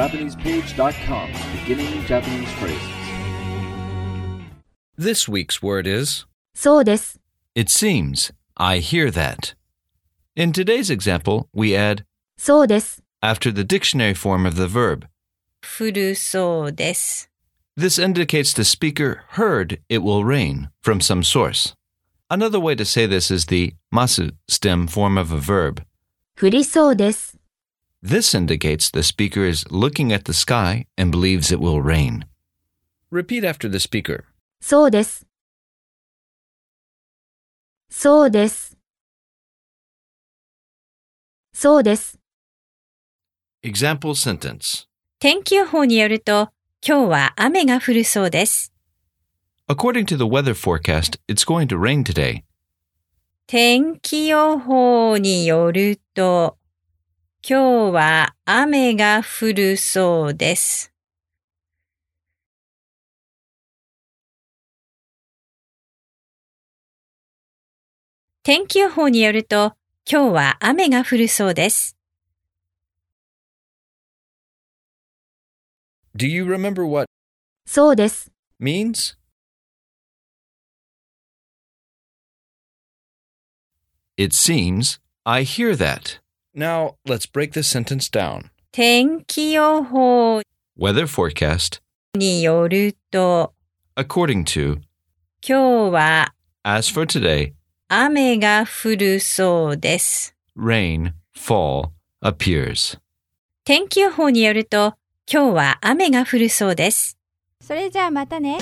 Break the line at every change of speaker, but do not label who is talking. JapanesePage.com, beginning Japanese phrases.
This week's word is
そうです。
It seems. I hear that. In today's example, we add
そうです。
after the dictionary form of the verb.
古そうです。
This indicates the speaker heard it will rain from some source. Another way to say this is the masu stem form of a verb.
降りそうです。
This indicates the speaker is looking at the sky and believes it will rain. Repeat after the speaker.
そうです。そうです。そうです。
Example sentence.
天気予報によると、今日は雨が降るそうです。
According to the weather forecast, it's going to rain today.
天気予報によると、今日は雨が降るそうです。天気予報によると、今日は雨が降るそうです。
Do you remember what
そうです。
means? It seems I hear that. Now let's break this sentence down.
天気予報
Weather forecast
によると、
according to,
今日は
as for today,
雨が降るそうです。
rain, fall appears.
天気予報によると、今日は雨が降るそうです。
それじゃあまたね。